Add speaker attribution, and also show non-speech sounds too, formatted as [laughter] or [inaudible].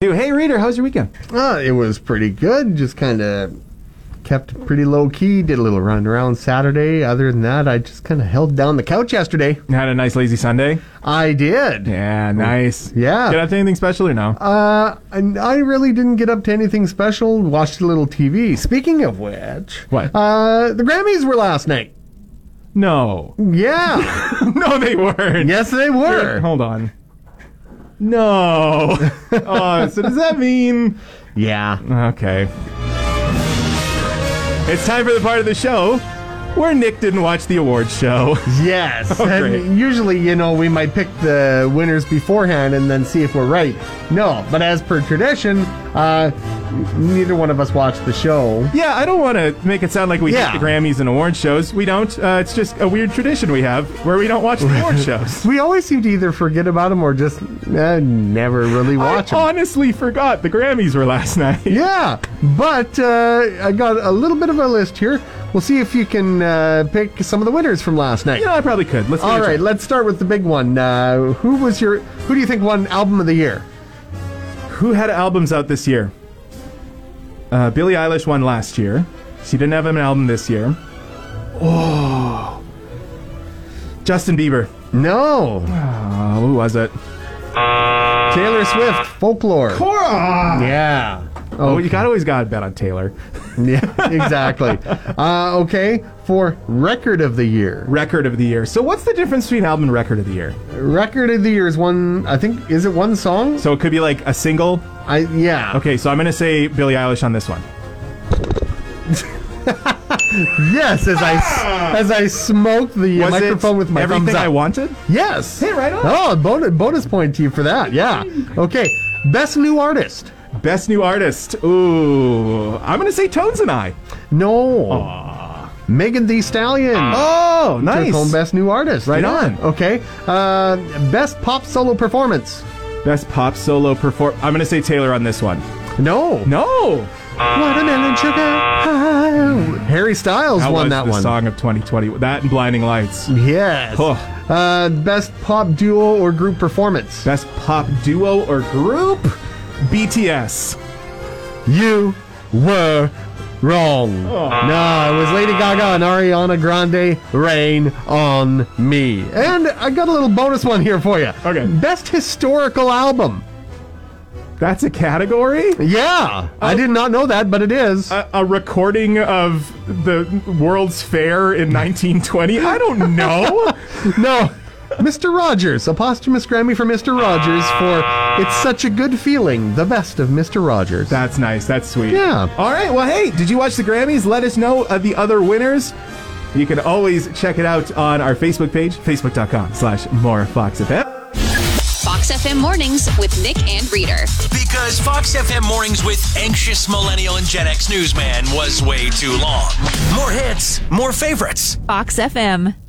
Speaker 1: Dude, hey reader, how's your weekend?
Speaker 2: Uh, it was pretty good. Just kind of kept it pretty low key. Did a little run around Saturday. Other than that, I just kind of held down the couch yesterday.
Speaker 1: Had a nice lazy Sunday.
Speaker 2: I did.
Speaker 1: Oh, Yeah, nice.
Speaker 2: Yeah.
Speaker 1: Get up to anything special or no?
Speaker 2: Uh, and I really didn't get up to anything special. Watched a little TV. Speaking of which,
Speaker 1: What?
Speaker 2: Uh, the Grammys were last night.
Speaker 1: no. [laughs]
Speaker 2: Yeah.
Speaker 1: no, they weren't.
Speaker 2: yes, they were.
Speaker 1: Hold on. [laughs] No. oh, so does that mean?
Speaker 2: Yeah.
Speaker 1: Okay. It's time for the part of the show where Nick didn't watch the awards show. [laughs]
Speaker 2: Yes.
Speaker 1: Oh, great.
Speaker 2: and usually, you know, we might pick the winners beforehand and then see if we're right. No, but as per tradition, uh, neither one of us watched the show.
Speaker 1: yeah, I don't want to make it sound like we
Speaker 2: Yeah.
Speaker 1: hate the Grammys and award shows. We don't. Uh, it's just a weird tradition we have where we don't watch the award [laughs] shows.
Speaker 2: We always seem to either forget about them or just uh, never really watch
Speaker 1: I
Speaker 2: them.
Speaker 1: honestly forgot the Grammys were last [laughs] night.
Speaker 2: Yeah, but uh, I got a little bit of a list here. We'll see if you can uh, pick some of the winners from last night.
Speaker 1: Yeah, I probably could. Let's. give it
Speaker 2: All
Speaker 1: a
Speaker 2: right, let's start with the big one. Uh, who was your? Who do you think won album of the year?
Speaker 1: try. Who had albums out this year? Uh, Billie Eilish won last year. She didn't have an album this year. Oh, Justin Bieber.
Speaker 2: No,
Speaker 1: Uh, who was it?
Speaker 2: Taylor Swift, Folklore. Yeah.
Speaker 1: Oh, you got always got to bet on Taylor.
Speaker 2: Yeah, [laughs] exactly. uh, okay, for record of the year.
Speaker 1: Record of the year. So what's the difference between album and record of the year?
Speaker 2: Record of the year is one. I think is it one song?
Speaker 1: So it could be like a single.
Speaker 2: I yeah.
Speaker 1: Okay, so I'm gonna say Billie Eilish on this one.
Speaker 2: Yes, as I as I smoked the
Speaker 1: Ah! Was
Speaker 2: microphone
Speaker 1: it
Speaker 2: with my
Speaker 1: everything
Speaker 2: thumbs up.
Speaker 1: I wanted?
Speaker 2: Yes.
Speaker 1: Hey, right on.
Speaker 2: Oh, bonus bonus point to you for that. Yeah. Okay. Best new artist.
Speaker 1: Best new artist. Ooh, I'm gonna say Tones and I.
Speaker 2: No. Megan Thee Stallion.
Speaker 1: Oh,
Speaker 2: Took
Speaker 1: nice.
Speaker 2: home best new artist.
Speaker 1: Right
Speaker 2: Yeah.
Speaker 1: on.
Speaker 2: Okay. Uh, best pop solo performance.
Speaker 1: Best pop solo perform. I'm gonna say Taylor on this one.
Speaker 2: No.
Speaker 1: No,
Speaker 2: Watermelon sugar. high. Harry Styles
Speaker 1: that
Speaker 2: won
Speaker 1: was
Speaker 2: that
Speaker 1: the
Speaker 2: one.
Speaker 1: song of 2020. That and Blinding Lights.
Speaker 2: Yes.
Speaker 1: Oh.
Speaker 2: Uh, best pop duo or group performance.
Speaker 1: Best pop duo or group? BTS.
Speaker 2: You were wrong.
Speaker 1: Oh.
Speaker 2: No, it was Lady Gaga and Ariana Grande. Rain on me. And I got a little bonus one here for you.
Speaker 1: Okay.
Speaker 2: Best historical album.
Speaker 1: That's a category.
Speaker 2: Yeah,
Speaker 1: Oh.
Speaker 2: I did not know that, but it is.
Speaker 1: A, a recording of the World's Fair in 1920. I don't
Speaker 2: [laughs]
Speaker 1: know.
Speaker 2: no. Mr. Rogers, a posthumous Grammy for Mr. Rogers for It's Such a Good Feeling, the best of Mr. Rogers.
Speaker 1: That's nice. That's sweet.
Speaker 2: Yeah.
Speaker 1: All right. Well, hey, did you watch the Grammys? Let us know uh, the other winners. You can always check it out on our Facebook page, facebook.com slash more Fox FM.
Speaker 3: Fox FM Mornings with Nick and Reader.
Speaker 4: Because Fox FM mornings with anxious millennial and Gen X newsman was way too long. More hits, more favorites.
Speaker 5: Fox FM.